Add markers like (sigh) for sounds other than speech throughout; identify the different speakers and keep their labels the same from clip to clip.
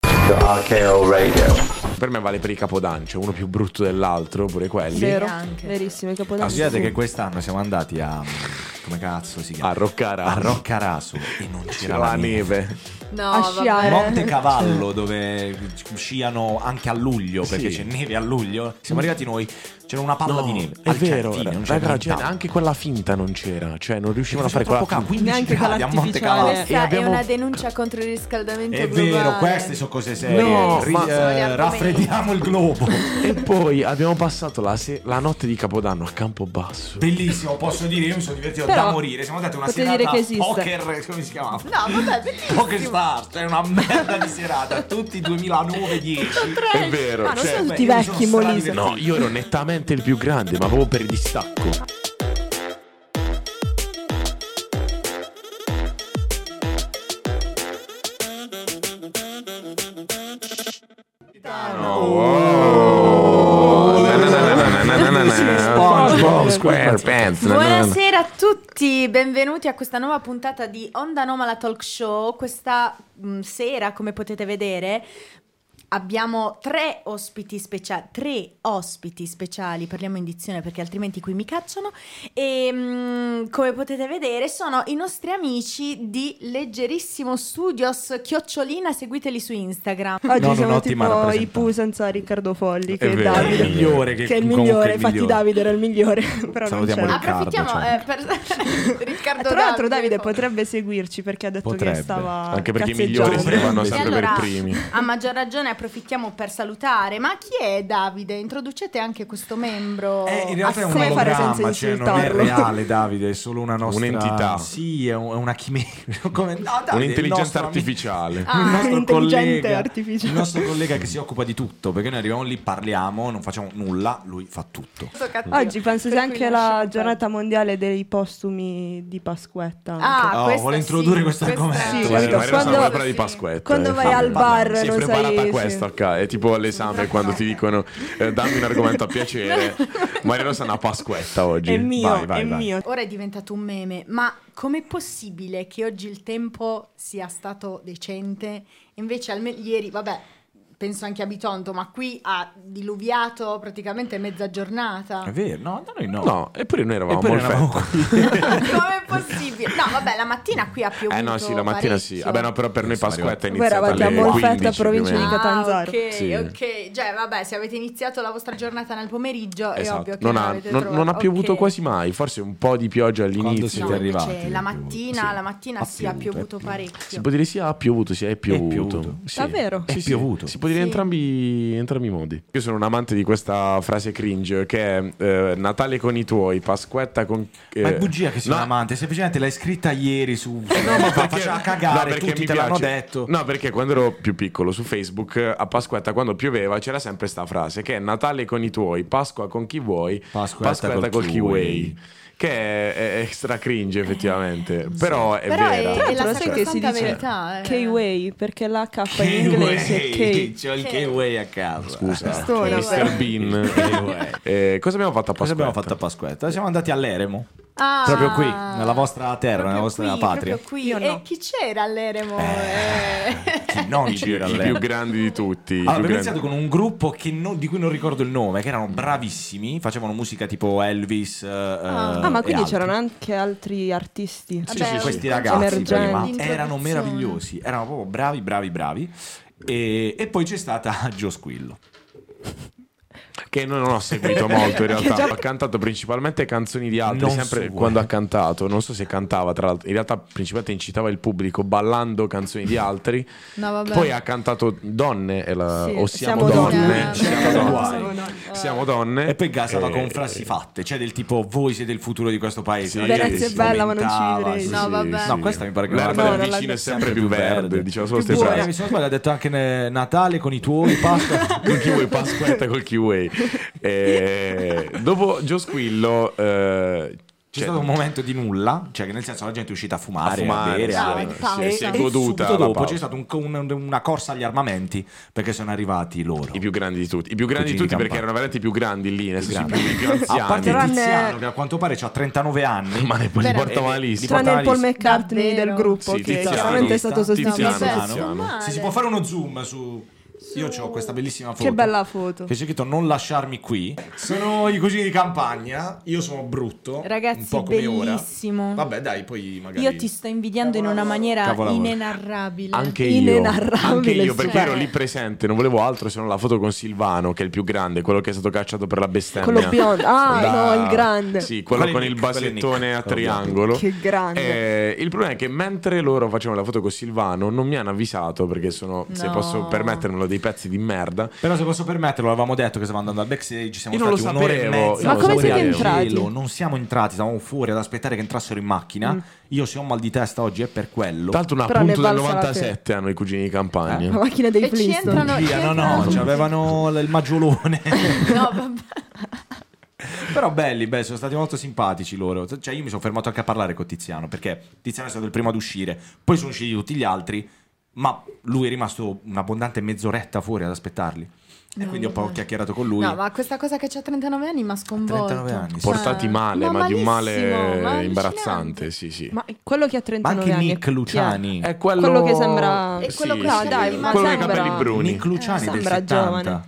Speaker 1: ascolto RKO Radio.
Speaker 2: Per me vale per i capodanno, cioè uno più brutto dell'altro, pure quelli.
Speaker 3: Vero,
Speaker 4: anche.
Speaker 3: verissimo, i
Speaker 2: Ah,
Speaker 3: capodanno.
Speaker 5: Considerate che quest'anno siamo andati a. mm, Come cazzo si chiama?
Speaker 2: A Roccara.
Speaker 5: A Roccaraso e non c'era
Speaker 2: C'era la neve.
Speaker 4: No,
Speaker 3: A
Speaker 4: vabbè.
Speaker 3: sciare.
Speaker 5: Monte Cavallo dove sciano anche a luglio perché
Speaker 2: Sì.
Speaker 5: c'è neve a luglio. Siamo arrivati noi, c'era una palla
Speaker 2: No,
Speaker 5: di neve.
Speaker 2: È
Speaker 5: al
Speaker 2: vero,
Speaker 5: Certino, non
Speaker 2: raga,
Speaker 5: c'era
Speaker 2: cioè, anche quella finta non c'era, cioè non riuscivano a fare quella
Speaker 5: troppo caldo,
Speaker 2: finta.
Speaker 5: 15
Speaker 3: Neanche
Speaker 5: gradi a Monte
Speaker 3: quell'artificiale.
Speaker 5: Cavallo.
Speaker 4: Questa
Speaker 2: abbiamo-
Speaker 4: Cioè, è una denuncia contro il riscaldamento
Speaker 5: È
Speaker 4: globale.
Speaker 5: vero, queste sono cose serie.
Speaker 2: No,
Speaker 5: Ri-
Speaker 2: ma-
Speaker 5: eh,
Speaker 4: Sono gli argomenti.
Speaker 5: raffreddiamo il globo.
Speaker 2: E poi abbiamo passato la, se- la notte di Capodanno a Campobasso.
Speaker 5: Bellissimo, posso dire, io mi sono divertito
Speaker 3: Però,
Speaker 5: da morire. Siamo andati a una
Speaker 3: potete
Speaker 5: serata
Speaker 3: dire che esiste.
Speaker 5: poker, come si chiamava?
Speaker 4: No, vabbè, bellissimo.
Speaker 5: Poker Star, cioè una merda di serata, tutti 2009-10.
Speaker 2: È vero,
Speaker 3: Ma Eh, non
Speaker 2: cioè-
Speaker 3: sono
Speaker 5: beh,
Speaker 3: tutti
Speaker 5: io mi
Speaker 3: vecchi,
Speaker 5: sono
Speaker 3: Molise.
Speaker 5: stradivertito.
Speaker 2: No, io ero nettamente il più grande, ma proprio per il distacco. SpongeBob SquarePants.
Speaker 4: Buonasera a tutti, benvenuti a questa nuova puntata di Onda Nomala Talk Show. Questa mh, sera, come potete vedere, abbiamo tre ospiti speciali, tre ospiti speciali, parliamo in dizione perché altrimenti qui mi cacciano. E mh, come potete vedere, sono i nostri amici di Leggerissimo Studios Chiocciolina, seguiteli su Instagram.
Speaker 3: Oggi
Speaker 5: No,
Speaker 3: siamo
Speaker 5: un'ottima
Speaker 3: tipo i
Speaker 5: rappresentante.
Speaker 3: Pooh senza Riccardo Folli, che è,
Speaker 2: vero,
Speaker 3: Davide.
Speaker 2: è il migliore,
Speaker 3: Che è il migliore, infatti Davide era il migliore, (laughs) però non
Speaker 5: Salutiamo
Speaker 3: c'era. Eh,
Speaker 5: Riccardo.
Speaker 4: Approfittiamo
Speaker 5: cioè.
Speaker 4: eh, per (laughs) Riccardo
Speaker 3: Tra l'altro Davide
Speaker 4: potrebbe
Speaker 3: potrebbe seguirci perché ha detto
Speaker 5: Potrebbe.
Speaker 3: che stava
Speaker 2: Anche perché i
Speaker 3: cazzeggiando.
Speaker 2: migliori si vanno
Speaker 5: E
Speaker 2: sempre
Speaker 4: allora-
Speaker 2: per i primi.
Speaker 4: A maggior ragione approfittiamo per salutare. Ma chi è Davide? Introducete anche questo membro.
Speaker 5: Eh, in realtà è un
Speaker 3: come fare senza
Speaker 5: ologramma, cioè non è
Speaker 3: insultarlo?
Speaker 4: (laughs)
Speaker 5: reale Davide, è solo una nostra
Speaker 2: Un'entità.
Speaker 5: Sì, è, un- è una chimera. (laughs) Come... No, Davide, il
Speaker 2: Un'intelligenza
Speaker 5: nostro amico-
Speaker 2: artificiale.
Speaker 4: Ah,
Speaker 5: il nostro
Speaker 3: intelligente
Speaker 5: collega,
Speaker 3: artificiale.
Speaker 5: il nostro collega che si occupa di tutto, perché noi arriviamo lì, parliamo, non facciamo nulla, lui fa tutto.
Speaker 4: Sto
Speaker 3: (laughs)
Speaker 4: cattivo.
Speaker 3: Oggi penso
Speaker 4: Per
Speaker 3: sia
Speaker 4: cui
Speaker 3: anche la
Speaker 4: lasciamo
Speaker 3: giornata mondiale dei postumi di Pasquetta.
Speaker 4: perdere. Ah,
Speaker 5: Oh,
Speaker 4: questa
Speaker 5: vuole
Speaker 4: sì,
Speaker 5: introdurre questo
Speaker 4: questa-
Speaker 5: argomento.
Speaker 3: Sì,
Speaker 2: Sì, ma
Speaker 3: capito.
Speaker 2: era
Speaker 3: Quando-
Speaker 2: una manovra di
Speaker 4: sì.
Speaker 2: Pasquetta.
Speaker 3: quando
Speaker 2: eh,
Speaker 3: vai
Speaker 2: fammi-
Speaker 3: al bar
Speaker 2: Sei
Speaker 3: non
Speaker 2: preparata
Speaker 3: sai-
Speaker 2: a questo, ok?
Speaker 3: sì.
Speaker 2: È tipo
Speaker 3: (laughs)
Speaker 2: l'esame quando ti dicono eh, dammi un argomento a piacere. Maria Rosa è una pasquetta oggi.
Speaker 3: È mio,
Speaker 2: Vai, vai,
Speaker 3: è
Speaker 2: vai.
Speaker 3: mio.
Speaker 4: Ora è diventato un meme, ma com'è possibile che oggi il tempo sia stato decente? Invece alme- ieri, vabbè, penso anche a Bitonto, ma qui ha diluviato praticamente mezza giornata.
Speaker 5: È vero, no, da noi no.
Speaker 2: No, eppure noi eravamo
Speaker 5: Eppure
Speaker 2: al
Speaker 5: eravamo
Speaker 2: fetto. (laughs)
Speaker 4: Com'è possibile? No, vabbè, la mattina qui ha piovuto
Speaker 2: Eh no, sì, la mattina sì.
Speaker 4: parecchio.
Speaker 2: Vabbè, no, però per noi
Speaker 5: Sì,
Speaker 2: Pasquetta è
Speaker 3: Voi
Speaker 2: iniziata
Speaker 3: eravate
Speaker 2: alle
Speaker 3: a
Speaker 2: 15
Speaker 3: Molfetta,
Speaker 2: più o
Speaker 3: provincia di
Speaker 2: meno.
Speaker 3: Cat- Catanzaro.
Speaker 4: Ah, ok,
Speaker 2: Sì.
Speaker 4: ok. Cioè, vabbè, se avete iniziato la vostra giornata nel pomeriggio, è
Speaker 2: Esatto.
Speaker 4: ovvio che
Speaker 2: Non,
Speaker 4: non
Speaker 2: ha,
Speaker 4: avete
Speaker 2: non-
Speaker 4: trovato-
Speaker 2: non ha piovuto
Speaker 4: ok.
Speaker 2: quasi mai, forse un po' di pioggia
Speaker 5: Quando
Speaker 2: all'inizio.
Speaker 4: No,
Speaker 5: siete
Speaker 4: invece
Speaker 5: arrivati,
Speaker 4: La
Speaker 5: ha piovuto,
Speaker 4: mattina,
Speaker 5: sì.
Speaker 4: la mattina
Speaker 5: Ha
Speaker 4: sì, ha
Speaker 5: piovuto,
Speaker 4: piovuto
Speaker 5: è piovuto.
Speaker 2: Si
Speaker 4: parecchio.
Speaker 2: può dire sia ha piovuto sia è piovuto.
Speaker 5: piovuto.
Speaker 2: Sì.
Speaker 3: Davvero?
Speaker 2: Eh
Speaker 5: È
Speaker 2: sì,
Speaker 5: piovuto.
Speaker 2: Si può dire
Speaker 4: Sì.
Speaker 2: entrambi, entrambi i modi. Io sono un amante di questa frase cringe che è eh, Natale con i tuoi, Pasquetta con. eh,
Speaker 5: Ma è bugia che sia
Speaker 2: no,
Speaker 5: un amante, semplicemente l'hai scritta ieri su... No,
Speaker 2: ma
Speaker 5: fa
Speaker 2: perché-
Speaker 5: faceva
Speaker 2: no,
Speaker 5: cagare,
Speaker 2: perché
Speaker 5: tutti
Speaker 2: mi
Speaker 5: te l'hanno
Speaker 2: piace.
Speaker 5: detto.
Speaker 2: No, perché quando ero più piccolo su Facebook a Pasquetta, quando pioveva, c'era sempre sta frase che è Natale con i tuoi, Pasqua con chi vuoi,
Speaker 5: Pasquetta col
Speaker 2: con chi
Speaker 5: chiuoi.
Speaker 2: vuoi. Che è, è extra cringe, effettivamente. Però è
Speaker 4: Però
Speaker 2: vera.
Speaker 4: è, è
Speaker 3: Tra
Speaker 4: la
Speaker 3: l'altro, sai che si
Speaker 4: sacrosanta
Speaker 3: dice
Speaker 4: verità. eh.
Speaker 3: K-Way, perché la K in
Speaker 5: Che
Speaker 3: inglese
Speaker 5: way,
Speaker 3: è K.
Speaker 5: C'ho il che way a casa.
Speaker 2: Scusa,
Speaker 3: Stona,
Speaker 2: Mr.
Speaker 3: però.
Speaker 2: Bean. Eh, cosa abbiamo fatto a Pasquetta?
Speaker 5: Cosa abbiamo fatto a Pasquetta? Siamo andati all'Eremo.
Speaker 4: Ah,
Speaker 5: Proprio qui, nella vostra terra, nella
Speaker 4: proprio
Speaker 5: vostra
Speaker 4: qui,
Speaker 5: patria.
Speaker 4: proprio qui.
Speaker 3: Io
Speaker 4: e
Speaker 3: no.
Speaker 4: chi c'era all'Eremo? Eh.
Speaker 5: Chi non
Speaker 2: I,
Speaker 5: c'era
Speaker 2: i
Speaker 5: all'Eremo?
Speaker 2: Oh, più grandi di tutti.
Speaker 5: Allora,
Speaker 2: i più
Speaker 5: Ah, abbiamo
Speaker 2: grandi.
Speaker 5: iniziato con un gruppo che non- di cui non ricordo il nome, che erano bravissimi, facevano musica tipo Elvis. eh,
Speaker 4: Ah.
Speaker 3: Ah, ma quindi c'erano anche altri artisti.
Speaker 4: Sì,
Speaker 5: Sì,
Speaker 4: Vabbè,
Speaker 5: sì,
Speaker 4: un
Speaker 5: questi
Speaker 4: concerto
Speaker 5: ragazzi
Speaker 3: emergenti.
Speaker 5: prima
Speaker 4: di
Speaker 5: erano
Speaker 4: introduzione.
Speaker 5: meravigliosi, erano proprio bravi, bravi, bravi. E, e poi c'è stata (laughs) Gio Squillo.
Speaker 2: Che non ho seguito molto in realtà.
Speaker 3: già-
Speaker 2: Ha cantato principalmente canzoni di altri.
Speaker 5: Non
Speaker 2: sempre
Speaker 5: sue.
Speaker 2: quando ha cantato, non so se cantava, tra l'altro. In realtà, principalmente incitava il pubblico ballando canzoni di altri.
Speaker 4: No, vabbè.
Speaker 2: Poi ha cantato Donne, e la-
Speaker 3: Sì,
Speaker 2: o Siamo,
Speaker 3: Siamo
Speaker 2: donne.
Speaker 3: Donne.
Speaker 5: Siamo
Speaker 2: Siamo
Speaker 5: Donne.
Speaker 2: Donne.
Speaker 4: Siamo
Speaker 2: Siamo donne. Eh,
Speaker 5: E poi gasava con frasi fatte, cioè del tipo voi siete il futuro di questo paese. La
Speaker 2: Sì,
Speaker 5: gente
Speaker 2: Venezia è
Speaker 5: si
Speaker 3: bella, ma non ci
Speaker 5: lamentava,
Speaker 3: vivrei.
Speaker 5: sì,
Speaker 4: No,
Speaker 5: sì.
Speaker 4: vabbè.
Speaker 5: No, questa mi pare che
Speaker 2: L'erba
Speaker 3: No,
Speaker 2: del
Speaker 3: non l'ha
Speaker 2: vicino è
Speaker 3: detto.
Speaker 2: sempre più verde. Diceva solo
Speaker 5: Più
Speaker 2: queste
Speaker 5: buona, mi
Speaker 2: frase.
Speaker 5: sono sbagliato, ha detto anche eh, Natale con i (laughs) tuoi, Cioè, pasta.
Speaker 2: Con Kiwi Pasquetta col Kiwi. Eh, dopo Gio Squillo. eh,
Speaker 5: C'è
Speaker 2: cioè,
Speaker 5: stato un momento di nulla, cioè che nel senso la gente è uscita a
Speaker 2: a
Speaker 5: fumare, a,
Speaker 2: fumare,
Speaker 5: bere,
Speaker 2: sì,
Speaker 4: Ah,
Speaker 5: a-
Speaker 4: in
Speaker 2: sì,
Speaker 4: pausa.
Speaker 2: si è
Speaker 4: E
Speaker 2: goduta
Speaker 5: subito
Speaker 2: la
Speaker 5: dopo
Speaker 2: pausa.
Speaker 5: c'è stata un- un- una corsa agli armamenti perché sono arrivati loro.
Speaker 2: I più grandi di tutti, i più grandi di
Speaker 5: Cugini
Speaker 2: tutti perché
Speaker 5: campani.
Speaker 2: erano veramente i più grandi lì, nel senso i più, i più
Speaker 5: a parte
Speaker 2: anziani.
Speaker 3: Tranne-
Speaker 5: Tiziano che a quanto pare ha 39 anni.
Speaker 2: Ma ne li
Speaker 4: Veramente.
Speaker 2: porta malissimo.
Speaker 3: Tranne il Paul McCartney
Speaker 4: Davvero?
Speaker 3: del gruppo,
Speaker 2: Sì,
Speaker 3: che
Speaker 2: Tiziano.
Speaker 3: chiaramente è stato
Speaker 5: Tiziano,
Speaker 3: sostituito.
Speaker 4: Tiziano.
Speaker 5: Tiziano.
Speaker 4: Male.
Speaker 5: Se si può fare uno zoom su Io ho questa bellissima foto.
Speaker 3: Che bella
Speaker 4: Esatto.
Speaker 3: foto.
Speaker 5: Che c'è scritto non lasciarmi qui. Sono i cugini di campagna. Io sono brutto.
Speaker 4: Ragazzi,
Speaker 5: un po' come
Speaker 4: bellissimo.
Speaker 5: ora. Vabbè, dai, poi magari.
Speaker 4: Io ti sto invidiando in una maniera
Speaker 5: Cavolo.
Speaker 4: inenarrabile.
Speaker 2: Anche io,
Speaker 4: Inenarrabile.
Speaker 2: anche io, perché
Speaker 4: cioè.
Speaker 3: Eh.
Speaker 2: ero lì presente, non volevo altro se non la foto con Silvano, che è il più grande, quello che è stato cacciato per la bestemmia.
Speaker 3: Quello biondo. Ah,
Speaker 2: Da-
Speaker 3: no, il grande.
Speaker 2: Sì, quello
Speaker 5: Quello
Speaker 2: con
Speaker 5: è
Speaker 2: il
Speaker 5: Nick, quello è Nick.
Speaker 2: basettone a
Speaker 5: Quello biondo.
Speaker 2: triangolo.
Speaker 3: Che grande.
Speaker 2: Eh, il problema è che mentre loro facevano la foto con Silvano non mi hanno avvisato perché sono, se
Speaker 4: No.
Speaker 2: posso permettermelo, dei pezzi di merda.
Speaker 5: Però se posso permetterlo, avevamo detto che stavamo andando al backstage, siamo
Speaker 2: Io non
Speaker 5: stati
Speaker 2: lo
Speaker 5: un'ora e
Speaker 2: sapevo,
Speaker 5: mezza.
Speaker 2: io Ma non lo
Speaker 3: come
Speaker 2: sapevo.
Speaker 3: siete entrati?
Speaker 5: Cielo, Non siamo entrati, stavamo fuori ad aspettare che entrassero in macchina.
Speaker 4: Mm.
Speaker 5: Io se ho mal di testa oggi è per quello.
Speaker 2: Tanto un
Speaker 3: Però ne
Speaker 2: appunto del
Speaker 3: valsa la Eh,
Speaker 2: 97 hanno i cugini di campagna.
Speaker 3: La macchina dei
Speaker 4: E ci
Speaker 3: Flintstone.
Speaker 4: entrano. ci
Speaker 5: Via, no,
Speaker 4: entrano-
Speaker 5: no, ci avevano l- il maggiolone.
Speaker 4: (laughs)
Speaker 2: Cioè,
Speaker 4: No, vabbè.
Speaker 5: Però belli, beh, sono stati molto simpatici loro. Cioè, io mi sono fermato anche a parlare con Tiziano, perché Tiziano è stato il primo ad uscire, poi sono usciti tutti gli altri, ma lui è rimasto un'abbondante mezz'oretta fuori ad aspettarli. E
Speaker 4: No,
Speaker 5: quindi ho un po'
Speaker 4: vabbè.
Speaker 5: chiacchierato con lui.
Speaker 4: No, ma questa cosa che c'ha 39 anni mi ha sconvolto. Ah,
Speaker 5: 39 anni, sì.
Speaker 3: Eh,
Speaker 2: Portati male, ma, di un male imbarazzante, sì, sì.
Speaker 3: Ma quello che Ecco, ha
Speaker 5: Ma
Speaker 3: 39
Speaker 5: anche
Speaker 3: anni.
Speaker 5: Nick
Speaker 3: chi è?
Speaker 5: Luciani.
Speaker 2: È quello...
Speaker 3: Quello che sembra-
Speaker 4: È quello
Speaker 2: Sì,
Speaker 4: che
Speaker 2: sì,
Speaker 4: ha dai, ma
Speaker 2: quello
Speaker 4: sembra-
Speaker 2: dei capelli bruni.
Speaker 5: Nick Luciani
Speaker 3: Eh,
Speaker 5: del
Speaker 3: sembra
Speaker 5: 70.
Speaker 3: giovane.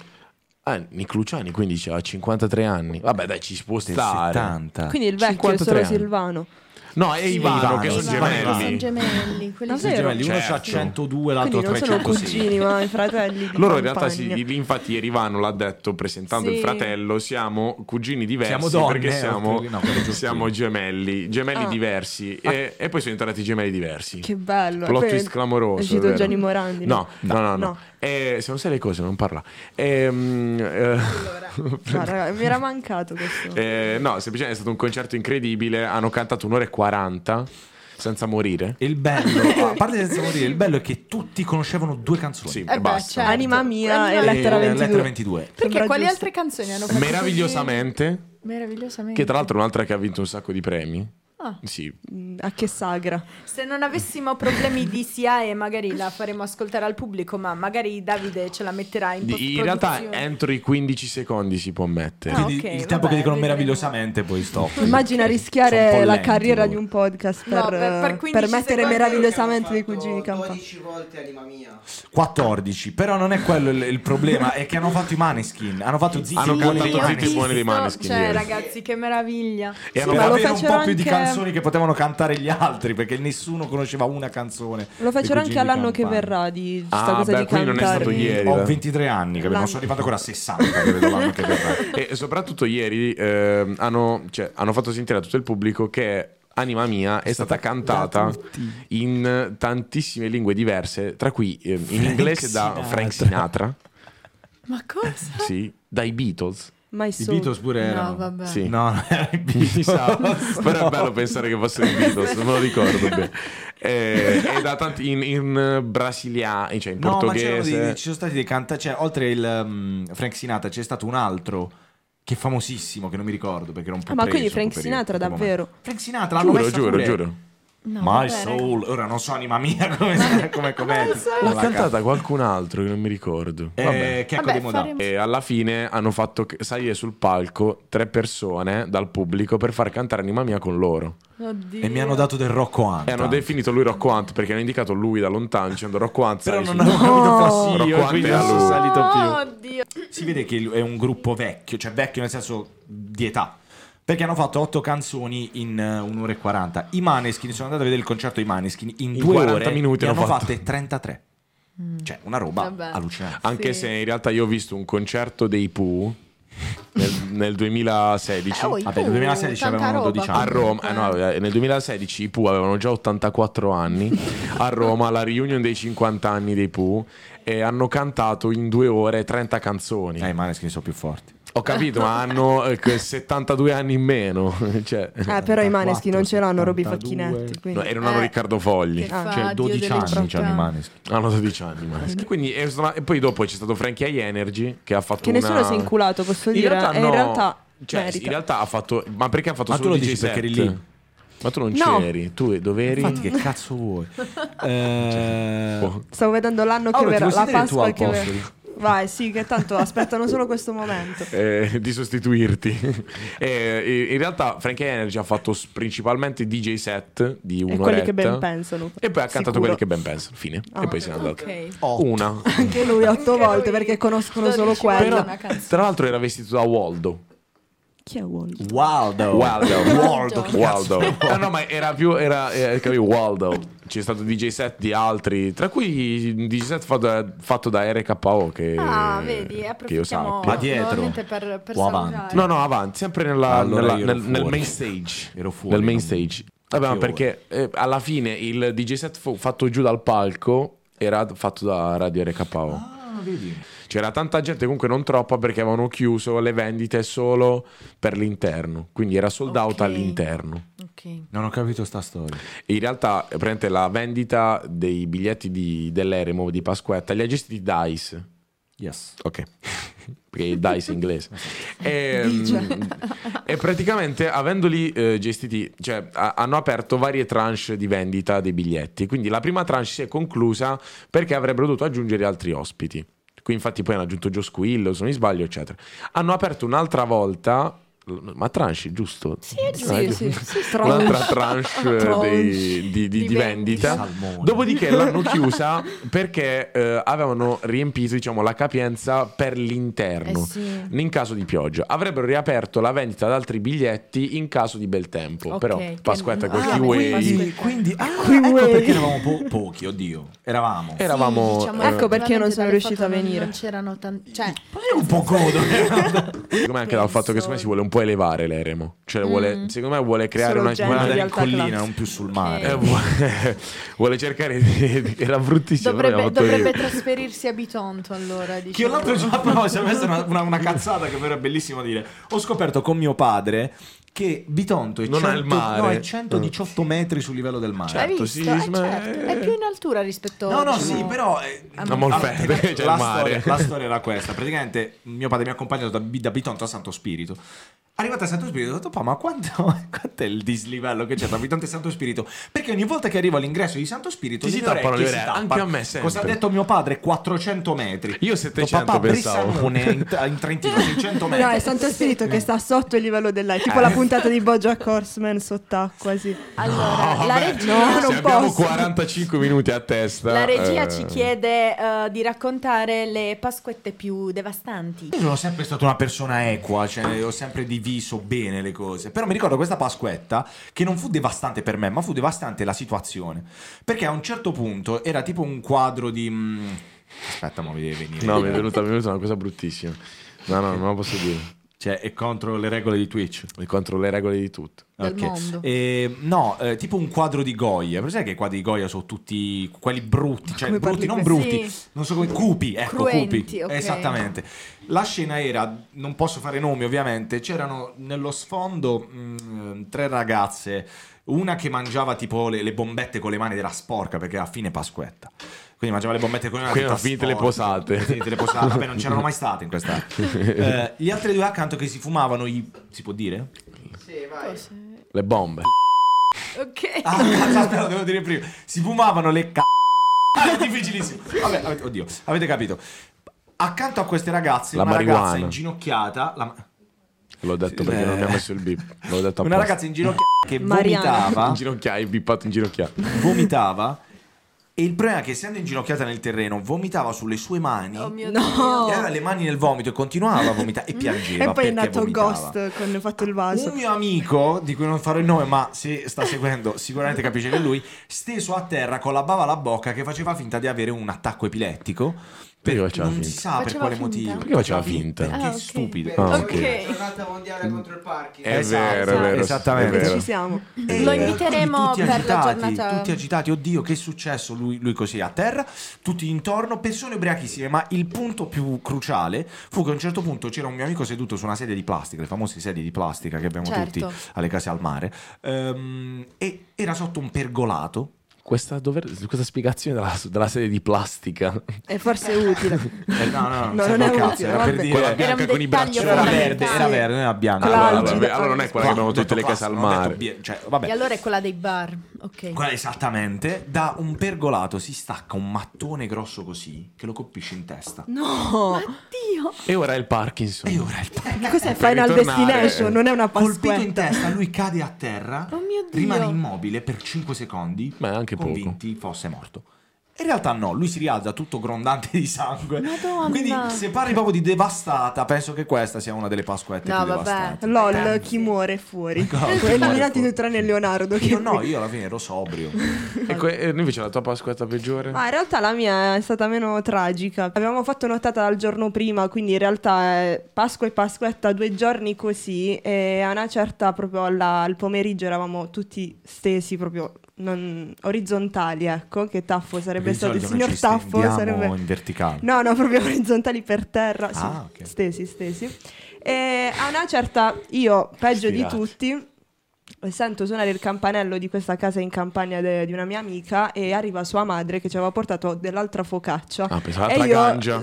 Speaker 2: Ah, Nick Luciani quindi ha 53 anni. Vabbè, dai, ci si può
Speaker 5: Del
Speaker 2: stare.
Speaker 5: 70.
Speaker 3: Quindi il vecchio è
Speaker 2: 53
Speaker 3: solo
Speaker 2: anni.
Speaker 3: Silvano.
Speaker 2: No, è
Speaker 5: Sì,
Speaker 2: Ivano,
Speaker 5: Ivano,
Speaker 2: che sono
Speaker 5: Ivano,
Speaker 4: Sono
Speaker 2: gemelli.
Speaker 4: gemelli, quelli
Speaker 5: Sì,
Speaker 3: Davvero?
Speaker 5: gemelli, uno
Speaker 2: Certo.
Speaker 5: c'ha 102, l'altro
Speaker 3: Quindi non sono
Speaker 5: 306.
Speaker 3: cugini, ma i fratelli. di
Speaker 2: Loro in realtà, si,
Speaker 3: campagna.
Speaker 2: infatti, ieri Ivano l'ha detto presentando
Speaker 3: Sì.
Speaker 2: il fratello: siamo cugini diversi
Speaker 5: Siamo donne,
Speaker 2: perché siamo,
Speaker 5: ok, no, quello giusto.
Speaker 2: siamo gemelli, gemelli
Speaker 3: Ah.
Speaker 2: diversi. E, e poi sono entrati gemelli diversi.
Speaker 3: Che bello.
Speaker 2: Plot
Speaker 3: Poi
Speaker 2: twist clamoroso.
Speaker 3: È uscito
Speaker 2: vero?
Speaker 3: Gianni Morandi.
Speaker 2: No, no, no. no.
Speaker 3: No.
Speaker 2: Eh, se non sai le cose, non parla. Ehm, eh,
Speaker 3: No, raga, mi era mancato questo.
Speaker 2: eh, no, semplicemente è stato un concerto incredibile. Hanno cantato un'ora e 40 senza morire.
Speaker 5: E il
Speaker 3: (laughs)
Speaker 5: bello, a parte senza morire, il bello è che tutti conoscevano due canzoni.
Speaker 2: Sì,
Speaker 4: beh,
Speaker 2: e basta.
Speaker 4: certo.
Speaker 3: Eh cioè, Anima mia
Speaker 4: Anima
Speaker 3: e
Speaker 4: mia.
Speaker 3: lettera
Speaker 5: Eh,
Speaker 3: 22.
Speaker 5: Lettera 22.
Speaker 4: Perché
Speaker 3: Sembra
Speaker 4: quali
Speaker 3: giusto.
Speaker 4: altre canzoni hanno fatto così?
Speaker 2: Meravigliosamente.
Speaker 4: Meravigliosamente.
Speaker 2: Che tra l'altro è un'altra che ha vinto un sacco di premi.
Speaker 4: Ah.
Speaker 2: Sì.
Speaker 3: Mm, A che sagra?
Speaker 4: Se non avessimo problemi di SIAE magari la faremo ascoltare al pubblico, ma magari Davide ce la metterà in
Speaker 2: Di- in realtà
Speaker 4: post-produzione.
Speaker 2: entro i 15 secondi si può mettere.
Speaker 4: Ah,
Speaker 5: Quindi
Speaker 4: ok,
Speaker 5: il tempo
Speaker 4: vabbè,
Speaker 5: che dicono
Speaker 4: vedremo.
Speaker 5: meravigliosamente poi stop.
Speaker 3: (laughs)
Speaker 5: Sono
Speaker 3: Immagina
Speaker 5: un
Speaker 3: rischiare
Speaker 5: po'
Speaker 3: la
Speaker 5: lenti
Speaker 3: carriera
Speaker 5: loro.
Speaker 3: di un podcast per,
Speaker 4: No, per- per
Speaker 3: eh,
Speaker 4: 15
Speaker 3: mettere
Speaker 4: secondi
Speaker 3: meravigliosamente dei
Speaker 6: dei
Speaker 3: cugini di campagna.
Speaker 6: 12 volte anima mia.
Speaker 5: 14, però non è quello il, il problema, è che hanno fatto i maneskin, hanno fatto zitti
Speaker 2: Hanno
Speaker 5: buoni
Speaker 2: cantato
Speaker 5: dei
Speaker 4: io ho
Speaker 2: zitti
Speaker 5: Maneskin.
Speaker 2: buoni dei
Speaker 4: visto-
Speaker 2: Maneskin
Speaker 4: Cioè,
Speaker 2: ieri.
Speaker 4: ragazzi, che meraviglia.
Speaker 2: E hanno
Speaker 5: per
Speaker 3: ma lo
Speaker 5: avere un po'
Speaker 3: fecero
Speaker 5: più di
Speaker 3: anche-
Speaker 5: canzoni che potevano cantare gli altri, perché nessuno conosceva una canzone.
Speaker 3: Lo
Speaker 5: dei
Speaker 3: faccio anche
Speaker 5: Cugini
Speaker 3: all'anno
Speaker 5: di
Speaker 3: che
Speaker 5: Campania.
Speaker 3: verrà di sta
Speaker 2: Ah,
Speaker 3: cosa
Speaker 2: beh,
Speaker 3: di
Speaker 2: quindi non è stato
Speaker 3: cantare.
Speaker 2: ieri. eh.
Speaker 5: Ho 23 anni, capito? Non
Speaker 3: L'anno-
Speaker 5: sono arrivato ancora a 60, credo, l'anno che verrà.
Speaker 2: E soprattutto ieri ehm, hanno, cioè, hanno fatto sentire a tutto il pubblico che Anima Mia è stata cantata in tantissime lingue diverse, tra cui ehm, in inglese da
Speaker 5: Sinatra.
Speaker 2: Frank Sinatra,
Speaker 4: Ma cosa?
Speaker 2: sì, dai Beatles.
Speaker 3: Mai
Speaker 5: I
Speaker 3: su.
Speaker 5: Beatles pure
Speaker 4: No,
Speaker 5: erano.
Speaker 4: vabbè.
Speaker 2: Sì.
Speaker 5: No, (laughs) non era i Beatles.
Speaker 2: Però è bello pensare che fossero i Beatles, non me lo ricordo bene. Eh, e da tanti, in, in brasiliano, cioè in
Speaker 5: No, ma c'erano
Speaker 2: portoghese.
Speaker 5: dei- dei- ci sono stati dei cantanti. Cioè, oltre il um, Frank Sinatra, c'è stato un altro che è famosissimo, che non mi ricordo perché era un po'
Speaker 3: Ah, ma
Speaker 5: preso
Speaker 3: quindi Frank
Speaker 5: un po' per-
Speaker 3: Sinatra,
Speaker 5: in quel momento.
Speaker 3: davvero?
Speaker 5: Frank Sinatra, l'hanno
Speaker 2: Giuro,
Speaker 5: messa
Speaker 2: giuro,
Speaker 5: pure.
Speaker 2: giuro.
Speaker 4: No,
Speaker 5: My
Speaker 4: vabbè,
Speaker 5: soul, ora non so anima mia (laughs) come come com'è.
Speaker 2: L'ha cantata qualcun altro che non mi ricordo. Vabbè.
Speaker 5: Eh, Checco
Speaker 4: Vabbè,
Speaker 5: di Moda.
Speaker 4: faremo-
Speaker 2: E alla fine hanno fatto che- salire sul palco tre persone dal pubblico per far cantare Anima Mia con loro.
Speaker 4: ragazzi. Oddio.
Speaker 5: E mi hanno dato del Rocco Hunt.
Speaker 2: E hanno definito lui Rocco Hunt perché hanno indicato lui da lontano dicendo Rocco Hunt.
Speaker 5: Però
Speaker 2: sali
Speaker 5: non
Speaker 2: sul
Speaker 5: avevo capito
Speaker 2: Rocco
Speaker 5: fossi io,
Speaker 2: Hunt
Speaker 5: quindi
Speaker 2: era
Speaker 5: non sono
Speaker 2: lui.
Speaker 5: salito più.
Speaker 4: Oddio.
Speaker 5: Si vede che è un gruppo vecchio, cioè vecchio nel senso di età. Perché hanno fatto otto canzoni in eh, un'ora e 40. I Maneskin, sono andato a vedere il concerto di Maneskin in,
Speaker 2: In
Speaker 5: due
Speaker 2: 40
Speaker 5: ore
Speaker 2: minuti
Speaker 5: ne
Speaker 2: hanno
Speaker 5: hanno
Speaker 2: fatto.
Speaker 5: fatte 33. Cioè, una roba
Speaker 4: Mm. Vabbè.
Speaker 5: allucinante.
Speaker 2: (laughs) Anche
Speaker 4: Sì.
Speaker 2: se in realtà io ho visto un concerto dei Pooh nel, nel 2016.
Speaker 4: Eh, oh, i
Speaker 5: Vabbè, nel
Speaker 4: Pooh,
Speaker 5: 2016
Speaker 4: tanta
Speaker 5: avevano
Speaker 4: roba.
Speaker 5: 12 anni.
Speaker 2: A Roma, eh, no, eh, nel 2016 i Pooh avevano già 84 anni. A Roma, la reunion dei 50 anni dei Pooh, e hanno cantato in due ore 30 canzoni.
Speaker 5: Eh, i Maneskin sono più forti.
Speaker 4: Cioè,
Speaker 2: Ho capito, ma hanno eh, que- 72 anni in meno. (laughs) cioè,
Speaker 3: Eh, però i
Speaker 5: 84,
Speaker 3: Maneschi non ce l'hanno, Roby
Speaker 5: 72.
Speaker 3: Facchinetti. quindi-
Speaker 2: no, e non hanno
Speaker 4: Eh,
Speaker 2: Riccardo Fogli.
Speaker 4: che fa
Speaker 5: Cioè,
Speaker 4: Dio
Speaker 5: 12
Speaker 4: delle
Speaker 5: anni
Speaker 4: braccia.
Speaker 5: c'hanno i Maneskin.
Speaker 2: Hanno 12 anni, ma. Quindi, e, sono- e poi dopo c'è stato Frankie High Energy che ha fatto
Speaker 3: Che
Speaker 2: una...
Speaker 3: nessuno si è inculato, posso
Speaker 2: In
Speaker 3: dire.
Speaker 2: realtà
Speaker 3: e
Speaker 2: no.
Speaker 3: in realtà
Speaker 2: Cioè,
Speaker 3: merita.
Speaker 2: in realtà ha fatto... Ma perché ha fatto
Speaker 5: Ma tu
Speaker 2: solo
Speaker 5: lo
Speaker 2: DJ
Speaker 5: dici perché eri
Speaker 2: set?
Speaker 5: lì.
Speaker 2: Ma tu non
Speaker 3: No.
Speaker 2: c'eri, tu dove eri?
Speaker 5: Infatti, che
Speaker 4: Mm. (laughs)
Speaker 5: cazzo vuoi? Eh,
Speaker 2: Boh.
Speaker 3: Stavo vedendo l'anno che
Speaker 5: Auro, ti
Speaker 3: verrà,
Speaker 5: vuoi
Speaker 3: la
Speaker 2: Ah,
Speaker 5: sedere tu
Speaker 3: Pasqua
Speaker 5: al
Speaker 3: che
Speaker 5: posto
Speaker 3: verrà.
Speaker 5: lì?
Speaker 3: Vai, sì, che tanto aspettano solo questo momento.
Speaker 2: eh, di
Speaker 3: (laughs)
Speaker 2: sostituirti. Eh, in realtà Frank Energy ha fatto s- principalmente DJ set di un'oretta.
Speaker 3: quelli che ben pensano.
Speaker 2: E poi ha cantato
Speaker 3: Sicuro. Ah.
Speaker 2: quelli che ben pensano, fine. e poi se n'è andato.
Speaker 4: Ok.
Speaker 5: Eh,
Speaker 2: Una.
Speaker 3: Anche lui otto
Speaker 4: Anche
Speaker 3: volte
Speaker 4: lui.
Speaker 3: perché conoscono solo
Speaker 4: 12 volte.
Speaker 3: quello.
Speaker 2: Però,
Speaker 4: una canzone.
Speaker 2: tra l'altro era vestito da Waldo.
Speaker 3: Chi è Walt?
Speaker 5: Waldo.
Speaker 2: Waldo.
Speaker 5: (laughs) Waldo. che
Speaker 2: Waldo.
Speaker 5: cazzo.
Speaker 2: Ah, no, ma era più era, eh, capito, Waldo. C'è stato DJ set di altri, tra cui il DJ set fatto da, fatto da RKO che
Speaker 4: Ah, vedi,
Speaker 2: che io
Speaker 4: approfittiamo
Speaker 2: sappia.
Speaker 5: Ma dietro?
Speaker 4: nuovamente per, per
Speaker 5: O avanti?
Speaker 4: salutare.
Speaker 2: No, no, avanti, sempre nella-
Speaker 5: Allora
Speaker 2: nella-
Speaker 5: io ero
Speaker 2: nel, nel
Speaker 5: fuori.
Speaker 2: main stage.
Speaker 5: Ero fuori,
Speaker 2: Nel main
Speaker 5: non-
Speaker 2: stage. Vabbè, ma
Speaker 5: Che
Speaker 2: perché eh, alla fine il DJ set fu- fatto giù dal palco era fatto da Radio RKO.
Speaker 5: Ah, vedi.
Speaker 2: C'era tanta gente, comunque non troppa, perché avevano chiuso le vendite solo per l'interno. Quindi era sold out
Speaker 4: Ok.
Speaker 2: all'interno.
Speaker 4: Ok.
Speaker 5: Non ho capito sta storia.
Speaker 2: In realtà, eh, praticamente la vendita dei biglietti di, dell'Eremo di Pasquetta li ha gestiti Dice.
Speaker 5: Yes.
Speaker 2: Ok. (laughs) Perché Dice è inglese. E, mm, e praticamente avendoli eh, gestiti, cioè a- hanno aperto varie tranche di vendita dei biglietti. Quindi la prima tranche si è conclusa perché avrebbero dovuto aggiungere altri ospiti. Qui infatti poi hanno aggiunto Joe Squillo, se non mi sbaglio, eccetera. Hanno aperto un'altra volta, ma tranche, giusto? Sì,
Speaker 5: Eh,
Speaker 4: Sì, sì,
Speaker 2: un'altra tranche dei- di, di-
Speaker 4: Di
Speaker 2: di vendita.
Speaker 4: vendita.
Speaker 5: Salmone.
Speaker 4: (laughs)
Speaker 2: Dopodiché l'hanno chiusa perché eh, avevano riempito diciamo, la capienza per
Speaker 4: Eh
Speaker 2: l'interno.
Speaker 4: sì.
Speaker 2: In caso di pioggia avrebbero riaperto la vendita ad altri biglietti in caso di bel tempo.
Speaker 4: Ok,
Speaker 2: Però
Speaker 4: che-
Speaker 2: Pasquetta con
Speaker 4: Ah,
Speaker 2: Key
Speaker 4: quindi-
Speaker 2: Way
Speaker 5: Quindi, quindi ah, ecco perché eravamo po- pochi, oddio. Eravamo.
Speaker 2: eravamo.
Speaker 4: diciamo,
Speaker 2: eh,
Speaker 3: Ecco perché io non sono
Speaker 4: effettivamente
Speaker 3: riuscita a
Speaker 4: dalle foto
Speaker 3: venire.
Speaker 4: Non c'erano tanti. Cioè,
Speaker 5: Io un po' codo. eh.
Speaker 2: secondo me anche dal fatto che secondo me si vuole un po' elevare l'eremo. Cioè,
Speaker 4: Mm.
Speaker 2: vuole- secondo me vuole creare
Speaker 3: Solo
Speaker 2: una.
Speaker 3: gente
Speaker 2: una-
Speaker 3: di
Speaker 5: Guarda in
Speaker 3: alta
Speaker 5: collina,
Speaker 3: classe.
Speaker 5: non più sul
Speaker 2: eh,
Speaker 5: mare.
Speaker 2: vuole, (laughs) vuole cercare di, di- era bruttissimo. però
Speaker 4: dovrebbe,
Speaker 2: abbiamo fatto
Speaker 4: dovrebbe
Speaker 2: ridere.
Speaker 4: trasferirsi a Bitonto allora. Diciamo.
Speaker 5: Che io l'altro giorno però ci ha messo una, una- una cazzata che era bellissimo dire. Ho scoperto con mio padre che Bitonto è,
Speaker 2: Non ha il
Speaker 5: 100
Speaker 2: mare.
Speaker 5: no, è 118 metri sul livello del mare.
Speaker 4: Hai
Speaker 2: certo,
Speaker 4: visto?
Speaker 2: sì,
Speaker 4: Eh,
Speaker 2: ma-
Speaker 4: certo. È più in altura rispetto
Speaker 5: No, no,
Speaker 4: diciamo-
Speaker 5: sì, però. eh,
Speaker 4: Una
Speaker 2: molfetta,
Speaker 5: allora,
Speaker 2: c'è cioè il
Speaker 5: la,
Speaker 2: mare.
Speaker 5: storia, la storia era questa. Praticamente, mio padre mi ha accompagnato da, da Bitonto a Santo Spirito. Arrivato a Santo Spirito, ho detto, papà, ma quanto, (laughs) quanto è il dislivello che c'è tra Bitonto e Santo Spirito? Perché ogni volta che arrivo all'ingresso di Santo Spirito,
Speaker 2: Ti
Speaker 5: lì
Speaker 2: si
Speaker 5: le orecchie
Speaker 2: tappano le
Speaker 5: si
Speaker 2: orecchie,
Speaker 5: tappano.
Speaker 2: anche a me sempre.
Speaker 5: Cosa ha detto mio padre? 400 metri.
Speaker 2: Io
Speaker 5: Ho detto,
Speaker 2: 700
Speaker 5: papà,
Speaker 2: pensavo.
Speaker 5: Bressanone è in, in Trentino, 600 metri.
Speaker 3: (laughs) No, è Santo Spirito che sta sotto il livello dell'aria, tipo la
Speaker 5: Eh.
Speaker 3: puntata di Bojack Horseman sott'acqua, sì.
Speaker 4: Allora, la
Speaker 2: vabbè.
Speaker 4: regia,
Speaker 2: Se
Speaker 3: No, non
Speaker 2: abbiamo
Speaker 3: posso.
Speaker 2: 45 minuti a testa.
Speaker 4: la regia
Speaker 2: eh,
Speaker 4: ci chiede eh, di raccontare le pasquette più devastanti.
Speaker 5: Io sono sempre stata una persona equa, cioè ho sempre diviso bene le cose. Però mi ricordo questa Pasquetta che non fu devastante per me, ma fu devastante la situazione. Perché a un certo punto era tipo un quadro di. mm, Aspetta, ma mi deve venire.
Speaker 2: No, mi è venuta, mi è venuta una cosa bruttissima. No, no, non la posso dire.
Speaker 5: Cioè, è contro le regole di Twitch.
Speaker 2: Contro le regole di tutto.
Speaker 4: Del
Speaker 5: Ok.
Speaker 4: mondo.
Speaker 5: Eh, no, eh, tipo un quadro di Goya. Però sai che i quadri di Goya sono tutti quelli brutti, cioè
Speaker 3: Come
Speaker 5: brutti,
Speaker 3: parli
Speaker 5: non
Speaker 3: così?
Speaker 5: brutti,
Speaker 4: Sì.
Speaker 5: non so come cupi, ecco,
Speaker 4: Cruenti,
Speaker 5: cupi.
Speaker 4: ok.
Speaker 5: Esattamente. La scena era, non posso fare nomi ovviamente, c'erano nello sfondo mh, tre ragazze, una che mangiava tipo le, le bombette con le mani della sporca perché era a fine Pasquetta. Quindi mangiava le bombette con le mani
Speaker 2: Quindi
Speaker 5: tutta
Speaker 2: erano finite le
Speaker 5: sporca.
Speaker 2: posate.
Speaker 5: Finite le posate, vabbè, non
Speaker 2: (laughs)
Speaker 5: c'erano mai state in questa. Eh, gli altri due accanto che si fumavano i si può dire?
Speaker 2: Le bombe.
Speaker 4: Ok.
Speaker 5: Ah, cazzo, aspetta, lo devo dire prima. Si fumavano le c***o. È difficilissimo. Vabbè, avete- oddio, avete capito. Accanto a queste ragazze,
Speaker 2: La
Speaker 5: una ragazza
Speaker 2: marijuana.
Speaker 5: inginocchiata. la ma-
Speaker 2: L'ho detto perché
Speaker 5: Eh.
Speaker 2: non mi ha messo il beep. L'ho detto
Speaker 5: una
Speaker 2: apposta.
Speaker 5: ragazza inginocchiata che
Speaker 2: (laughs)
Speaker 3: Mariana.
Speaker 5: vomitava.
Speaker 2: In ginocchia, hai bippato in ginocchia.
Speaker 5: vomitava. E il problema è che essendo inginocchiata nel terreno, vomitava sulle sue mani.
Speaker 4: Oh mio
Speaker 3: No.
Speaker 5: e
Speaker 4: Dio.
Speaker 5: aveva le mani nel vomito e continuava a vomitare e piangeva.
Speaker 3: (laughs) E poi è
Speaker 5: perché
Speaker 3: nato
Speaker 5: vomitava. Uh,
Speaker 3: Ghost con fatto il vaso.
Speaker 5: Un mio amico, di cui non farò il nome, ma se sta seguendo sicuramente capisce che è lui, steso a terra con la bava alla bocca che faceva finta di avere un attacco epilettico. Per, non
Speaker 2: Perché faceva
Speaker 5: si
Speaker 2: finta?
Speaker 5: sa per
Speaker 4: Faceva
Speaker 5: quale
Speaker 4: finta?
Speaker 5: motivo.
Speaker 2: Perché faceva finta?
Speaker 5: Perché
Speaker 4: Ah, ok.
Speaker 5: stupido.
Speaker 2: Ah,
Speaker 6: Perché
Speaker 2: ok.
Speaker 6: poi è la giornata mondiale contro il parchi.
Speaker 2: È vero, è
Speaker 5: esatto,
Speaker 2: vero.
Speaker 5: esattamente.
Speaker 2: è
Speaker 3: Che
Speaker 2: vero.
Speaker 3: ci siamo.
Speaker 4: Lo inviteremo
Speaker 5: tutti
Speaker 4: per la
Speaker 5: agitati,
Speaker 4: giornata-
Speaker 5: Tutti agitati, oddio, che è successo? Lui, lui così a terra, tutti intorno, persone ubriachissime. Ma il punto più cruciale fu che a un certo punto c'era un mio amico seduto su una sedia di plastica, le famose sedie di plastica che abbiamo
Speaker 4: Certo.
Speaker 5: tutti alle case al mare, ehm, e era sotto un pergolato.
Speaker 2: Questa, dover- questa spiegazione della, della serie di plastica,
Speaker 3: È forse utile.
Speaker 5: (laughs) Eh, no, no,
Speaker 3: No,
Speaker 5: serve
Speaker 3: non è
Speaker 5: un cazzo,
Speaker 3: utile,
Speaker 5: era
Speaker 3: vabbè.
Speaker 5: per
Speaker 2: quella
Speaker 5: dire.
Speaker 4: Era un
Speaker 2: bianca con i bracci
Speaker 4: dettaglio
Speaker 5: Era
Speaker 4: Era
Speaker 5: verde, era
Speaker 4: fondamentale.
Speaker 5: verde, non era bianca.
Speaker 3: Con
Speaker 2: Allora,
Speaker 3: l'algido.
Speaker 2: vabbè, allora non è quella che
Speaker 5: Qua,
Speaker 2: abbiamo
Speaker 5: ho
Speaker 2: tutte
Speaker 5: detto
Speaker 2: le case
Speaker 5: plastica,
Speaker 2: al
Speaker 5: non ho detto
Speaker 2: mare.
Speaker 5: bie- cioè, vabbè.
Speaker 4: E allora è quella dei bar, ok.
Speaker 5: Quella esattamente, da un pergolato si stacca un mattone grosso così che lo colpisce in testa.
Speaker 3: No,
Speaker 4: Oddio.
Speaker 2: E ora è il Parkinson.
Speaker 5: E ora il pa-
Speaker 3: ma cos'è Final
Speaker 2: ritornare-
Speaker 3: Destination? Non è una
Speaker 5: colpito in
Speaker 3: pasquetta.
Speaker 5: testa, lui cade a terra,
Speaker 4: Oh mio Dio.
Speaker 5: rimane immobile per 5 secondi,
Speaker 2: Ma è anche poco.
Speaker 5: convinti fosse morto. In realtà no, lui si rialza tutto grondante di sangue.
Speaker 4: Madonna.
Speaker 5: Quindi se parli proprio di devastata, penso che questa sia una delle pasquette
Speaker 4: No,
Speaker 5: più
Speaker 4: vabbè.
Speaker 5: devastate.
Speaker 3: LOL, chi muore è fuori.
Speaker 5: No, chi muore è
Speaker 3: Eliminati
Speaker 5: fuori.
Speaker 3: tutti tranne Leonardo. Che
Speaker 5: Io no, io alla fine ero sobrio.
Speaker 2: E que- e invece la tua pasquetta peggiore?
Speaker 3: Ma in realtà la mia è stata meno tragica. Avevamo fatto nottata il giorno prima, quindi in realtà è Pasqua e Pasquetta, due giorni così, e a una certa proprio alla- al pomeriggio eravamo tutti stesi proprio non- orizzontali, ecco, che Taffo
Speaker 5: Perché
Speaker 3: sarebbe
Speaker 5: di
Speaker 3: stato il
Speaker 5: solito noi
Speaker 3: signor
Speaker 5: ci
Speaker 3: Taffo
Speaker 5: stendiamo
Speaker 3: sarebbe
Speaker 5: in verticale.
Speaker 3: No, no, proprio (laughs) orizzontali per terra, sì,
Speaker 5: Ah, ok.
Speaker 3: stesi, stesi. E a una certa io, peggio
Speaker 2: Ispirati.
Speaker 3: di tutti, sento suonare il campanello di questa casa in campagna de- di una mia amica e arriva sua madre che ci aveva portato dell'altra focaccia.
Speaker 2: Ah, pensavo
Speaker 3: e
Speaker 2: altra
Speaker 3: io
Speaker 2: ganja.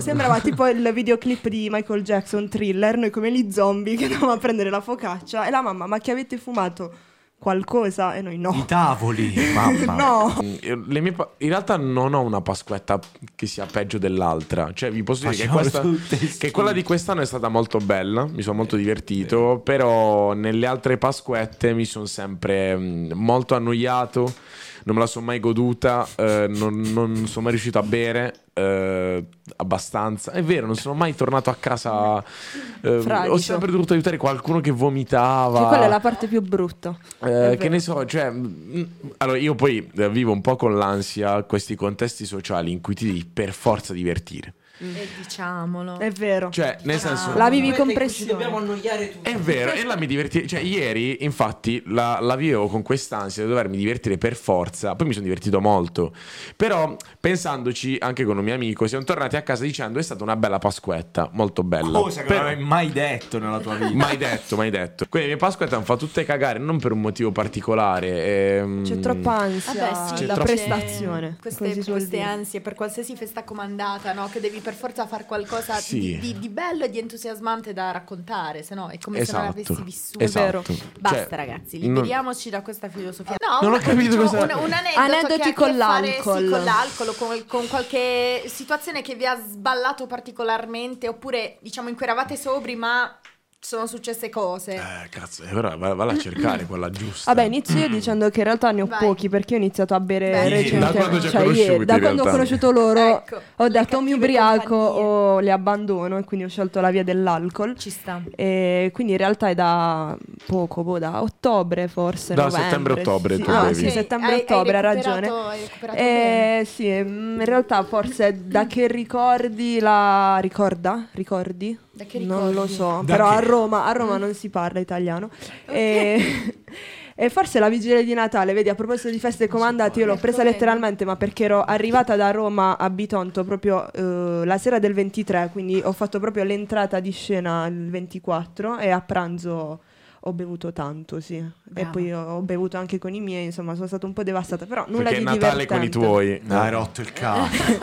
Speaker 5: (laughs)
Speaker 3: sembrava tipo il videoclip di Michael Jackson thriller, noi come gli zombie che andavamo a prendere la focaccia e la mamma, ma che avete fumato qualcosa? E noi
Speaker 5: I
Speaker 3: no.
Speaker 5: tavoli, mamma.
Speaker 3: (laughs) No.
Speaker 2: Mm, io- le mie pa- in realtà non ho una pasquetta che sia peggio dell'altra. Cioè, vi posso dire che,
Speaker 5: Facciamo
Speaker 2: questa-
Speaker 5: tutte
Speaker 2: che
Speaker 5: schifo. Eh,
Speaker 2: quella di quest'anno è stata molto bella. Mi sono molto divertito. Però nelle altre pasquette mi sono sempre mm, molto annoiato. Non me la sono mai goduta. eh, non, non sono mai riuscito a bere. eh, abbastanza è vero non sono mai tornato a casa eh,
Speaker 3: Fradicio.
Speaker 2: ho sempre dovuto aiutare qualcuno che vomitava
Speaker 3: Cioè, quella è la parte più brutta.
Speaker 2: eh,
Speaker 3: È
Speaker 2: che
Speaker 3: vero.
Speaker 2: ne so, cioè, mh, allora io poi eh, vivo un po' con l'ansia questi contesti sociali in cui ti devi per forza divertire.
Speaker 4: E diciamolo.
Speaker 5: Eh,
Speaker 3: È vero.
Speaker 2: Cioè, nel senso,
Speaker 3: Ah. La vivi
Speaker 6: Momento in
Speaker 3: con
Speaker 6: cui
Speaker 3: pressione.
Speaker 6: Ci dobbiamo annoiare tutti.
Speaker 2: è vero, e la mi divertire. Cioè, ieri, infatti, la, la vivevo con quest'ansia di dovermi divertire per forza. Poi mi sono divertito molto. Però, pensandoci anche con un mio amico, siamo tornati a casa dicendo è stata una bella pasquetta, molto bella.
Speaker 5: Cosa che
Speaker 2: Però-
Speaker 5: non avevi mai detto nella tua vita.
Speaker 2: Mai detto, mai detto. Quindi le mie pasquette mi fa tutte cagare, non per un motivo particolare. ehm,
Speaker 4: Mm.
Speaker 3: C'è troppa ansia,
Speaker 4: Vabbè, sì,
Speaker 2: C'è
Speaker 3: Ah la
Speaker 2: troppo-
Speaker 3: prestazione.
Speaker 4: Queste,
Speaker 3: così suol
Speaker 4: queste
Speaker 3: dire.
Speaker 4: ansie per qualsiasi festa comandata, no? Che devi per forza fare qualcosa
Speaker 2: Sì.
Speaker 4: di, di- di bello e di entusiasmante da raccontare, se no è come se non avessi vissuto.
Speaker 2: esatto.
Speaker 3: vero.
Speaker 4: Basta,
Speaker 2: Cioè,
Speaker 4: ragazzi,
Speaker 2: non-
Speaker 4: liberiamoci da questa filosofia. No,
Speaker 2: Non
Speaker 4: una-
Speaker 2: ho capito
Speaker 4: diciamo,
Speaker 2: cosa-
Speaker 4: Un, un aneddoto
Speaker 3: Aneddoti
Speaker 4: che ha a
Speaker 3: con
Speaker 4: che fare,
Speaker 3: l'alcol.
Speaker 4: sì, con l'alcol, con, con qualche situazione che vi ha sballato particolarmente, oppure diciamo in cui eravate sobri, ma sono successe cose.
Speaker 2: Eh, cazzo, eh, però va, valla a cercare quella giusta.
Speaker 3: Vabbè, inizio io dicendo che in realtà ne ho
Speaker 4: Vai.
Speaker 3: pochi perché ho iniziato a bere
Speaker 4: Beh,
Speaker 3: recentemente.
Speaker 4: ieri, Mm. da quando ci ha
Speaker 3: cioè,
Speaker 2: conosciuti,
Speaker 3: ieri, da
Speaker 2: in
Speaker 3: quando ho
Speaker 2: realtà.
Speaker 3: conosciuto loro
Speaker 4: Ecco,
Speaker 3: ho
Speaker 4: le
Speaker 3: detto mi
Speaker 4: cattive
Speaker 3: ubriaco
Speaker 4: compagnie.
Speaker 3: o le abbandono e quindi ho scelto la via dell'alcol.
Speaker 4: Ci sta.
Speaker 3: E quindi in realtà è da poco, boh, da ottobre forse.
Speaker 2: Da
Speaker 3: novembre,
Speaker 2: settembre-ottobre
Speaker 3: sì.
Speaker 2: tu
Speaker 3: Ah,
Speaker 2: bevi.
Speaker 3: sì,
Speaker 2: Ok,
Speaker 4: hai- hai
Speaker 3: settembre-ottobre, ha ragione.
Speaker 4: recuperato- hai recuperato
Speaker 3: Eh, sì, mm, in realtà forse da che ricordi la... ricorda? Ricordi?
Speaker 4: Da che
Speaker 3: Non lo
Speaker 4: ricordi?
Speaker 3: so,
Speaker 5: Da
Speaker 3: però
Speaker 5: che?
Speaker 3: a Roma, a Roma non si parla italiano. E... (laughs) e forse la vigilia di Natale, vedi, a proposito di feste comandate, io l'ho presa
Speaker 4: Ecco,
Speaker 3: letteralmente, ma perché ero arrivata da Roma a Bitonto proprio eh, la sera del 23, quindi ho fatto proprio l'entrata di scena il 24 e a pranzo ho bevuto tanto, sì. E
Speaker 4: Brava.
Speaker 3: poi ho ho bevuto anche con i miei, insomma, sono stata un po' devastata, però nulla
Speaker 2: Perché è
Speaker 3: di
Speaker 2: Natale con i
Speaker 3: divertente.
Speaker 2: tuoi. Ah,
Speaker 5: No, Ah, hai rotto il cazzo.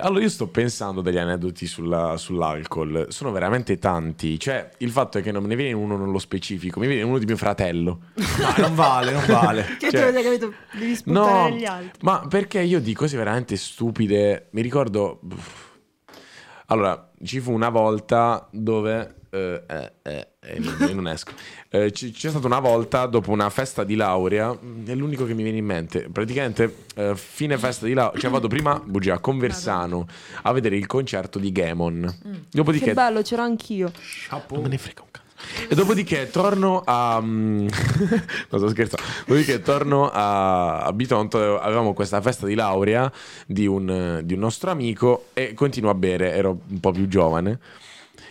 Speaker 2: Allora, io sto pensando degli aneddoti sulla- sull'alcol. Sono veramente tanti. Cioè, il fatto è che non me ne viene uno nello specifico, mi viene uno di mio fratello.
Speaker 5: No, non vale, non vale.
Speaker 3: Che
Speaker 2: Cioè-
Speaker 3: tu hai capito? Devi spuntare
Speaker 2: No,
Speaker 3: gli altri.
Speaker 2: ma perché io di cose veramente stupide. Mi ricordo. Allora, ci fu una volta dove. eh, eh, eh, eh, non- non esco. (laughs) Eh, ci- c'è stata una volta dopo una festa di laurea. mm, È l'unico che mi viene in mente. Praticamente, eh, fine festa di laurea. Cioè, vado prima bugia, a Conversano a vedere il concerto di Gamon. Dopodiché,
Speaker 3: Mm. Che bello, c'ero anch'io.
Speaker 2: non me ne frega un cazzo. E dopodiché torno a. (laughs) no, sto scherzando. Dopodiché torno a, a Bitonto. Avevamo questa festa di laurea di un, di un nostro amico e continuo a bere. Ero un po' più giovane.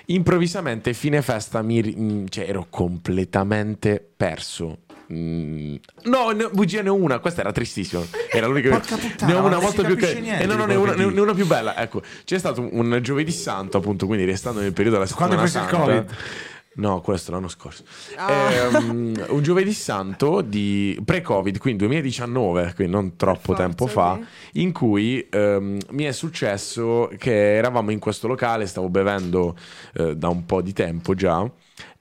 Speaker 2: Improvvisamente, fine festa, mi, ri- mm, cioè, ero completamente perso. Mm, No, ne, bugia ne ho una, questa era tristissima. Era l'unica
Speaker 5: Porca puttana,
Speaker 2: Ne ho
Speaker 5: ma
Speaker 2: una
Speaker 5: non si
Speaker 2: molto più
Speaker 5: capisce
Speaker 2: che.
Speaker 5: niente
Speaker 2: E no, no,
Speaker 5: di
Speaker 2: ne ho
Speaker 5: quello
Speaker 2: una,
Speaker 5: che
Speaker 2: ne ho-
Speaker 5: dici.
Speaker 2: ne ho una più bella. Ecco, c'è stato un giovedì santo, appunto, quindi restando nel periodo della
Speaker 5: Quando
Speaker 2: settimana
Speaker 5: è preso il
Speaker 2: santa.
Speaker 5: Covid?
Speaker 2: No, questo l'anno scorso.
Speaker 3: Ah.
Speaker 2: Ehm, un giovedì santo di pre-Covid, quindi 2019, quindi non troppo
Speaker 3: forza,
Speaker 2: tempo fa, in cui ehm, mi è successo che eravamo in questo locale, stavo bevendo eh, da un po' di tempo già.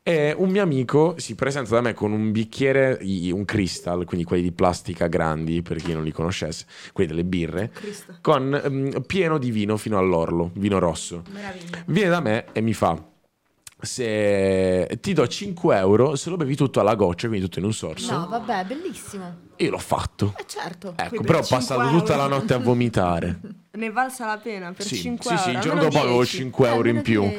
Speaker 2: E un mio amico si presenta da me con un bicchiere, i- un crystal, quindi quelli di plastica grandi, per chi non li conoscesse, quelli delle birre, con, ehm, pieno di vino fino all'orlo, vino rosso.
Speaker 4: Meraviglia.
Speaker 2: Viene da me e mi fa: Se ti do 5 euro, se lo bevi tutto alla goccia, quindi tutto in un sorso.
Speaker 4: No, vabbè, bellissimo.
Speaker 2: Io l'ho fatto.
Speaker 4: Eh certo.
Speaker 2: Ecco,
Speaker 3: per
Speaker 2: però ho
Speaker 3: 5
Speaker 2: passato
Speaker 3: euro.
Speaker 2: tutta la notte a
Speaker 3: (laughs)
Speaker 2: vomitare.
Speaker 3: Ne è valsa la pena per
Speaker 2: sì,
Speaker 3: 5
Speaker 2: sì,
Speaker 3: euro.
Speaker 2: sì, il giorno
Speaker 3: almeno Eh,
Speaker 2: dopo avevo
Speaker 3: 10.
Speaker 2: 5 euro in più.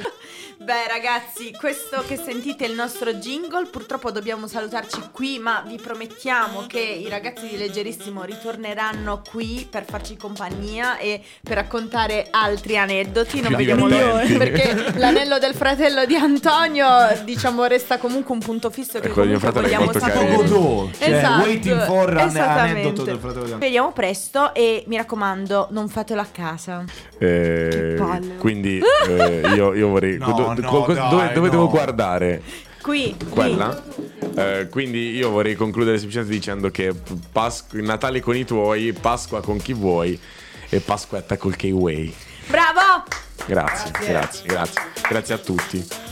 Speaker 4: Beh ragazzi, questo che sentite è il nostro jingle, purtroppo dobbiamo salutarci qui, ma vi promettiamo che i ragazzi di Leggerissimo ritorneranno qui per farci compagnia e per raccontare altri aneddoti, non
Speaker 2: Più
Speaker 4: vogliamo
Speaker 2: divertenti.
Speaker 4: (laughs) perché l'anello del fratello di Antonio, diciamo, resta comunque un punto fisso che
Speaker 2: Ecco, il mio fratello
Speaker 4: comunque
Speaker 2: è
Speaker 4: vogliamo
Speaker 2: molto
Speaker 4: sapere.
Speaker 2: carino.
Speaker 4: Esatto.
Speaker 5: Godot, cioè, waiting for an
Speaker 4: esattamente.
Speaker 5: aneddoto del fratello di Antonio.
Speaker 4: Ci Vediamo presto e mi raccomando, non fatelo a casa.
Speaker 2: Eh,
Speaker 3: palle.
Speaker 2: quindi
Speaker 3: (laughs)
Speaker 2: eh, io, io vorrei.
Speaker 5: No,
Speaker 2: do-
Speaker 5: no,
Speaker 2: co- co-
Speaker 5: dai,
Speaker 2: dove dove
Speaker 5: no.
Speaker 2: devo guardare?
Speaker 4: Qui, qui.
Speaker 2: Quella? Eh, quindi io vorrei concludere semplicemente dicendo che Pasqu- Natale con i tuoi, Pasqua con chi vuoi e Pasquetta col K-Way.
Speaker 4: Bravo!
Speaker 2: Grazie, grazie, grazie. Grazie a tutti.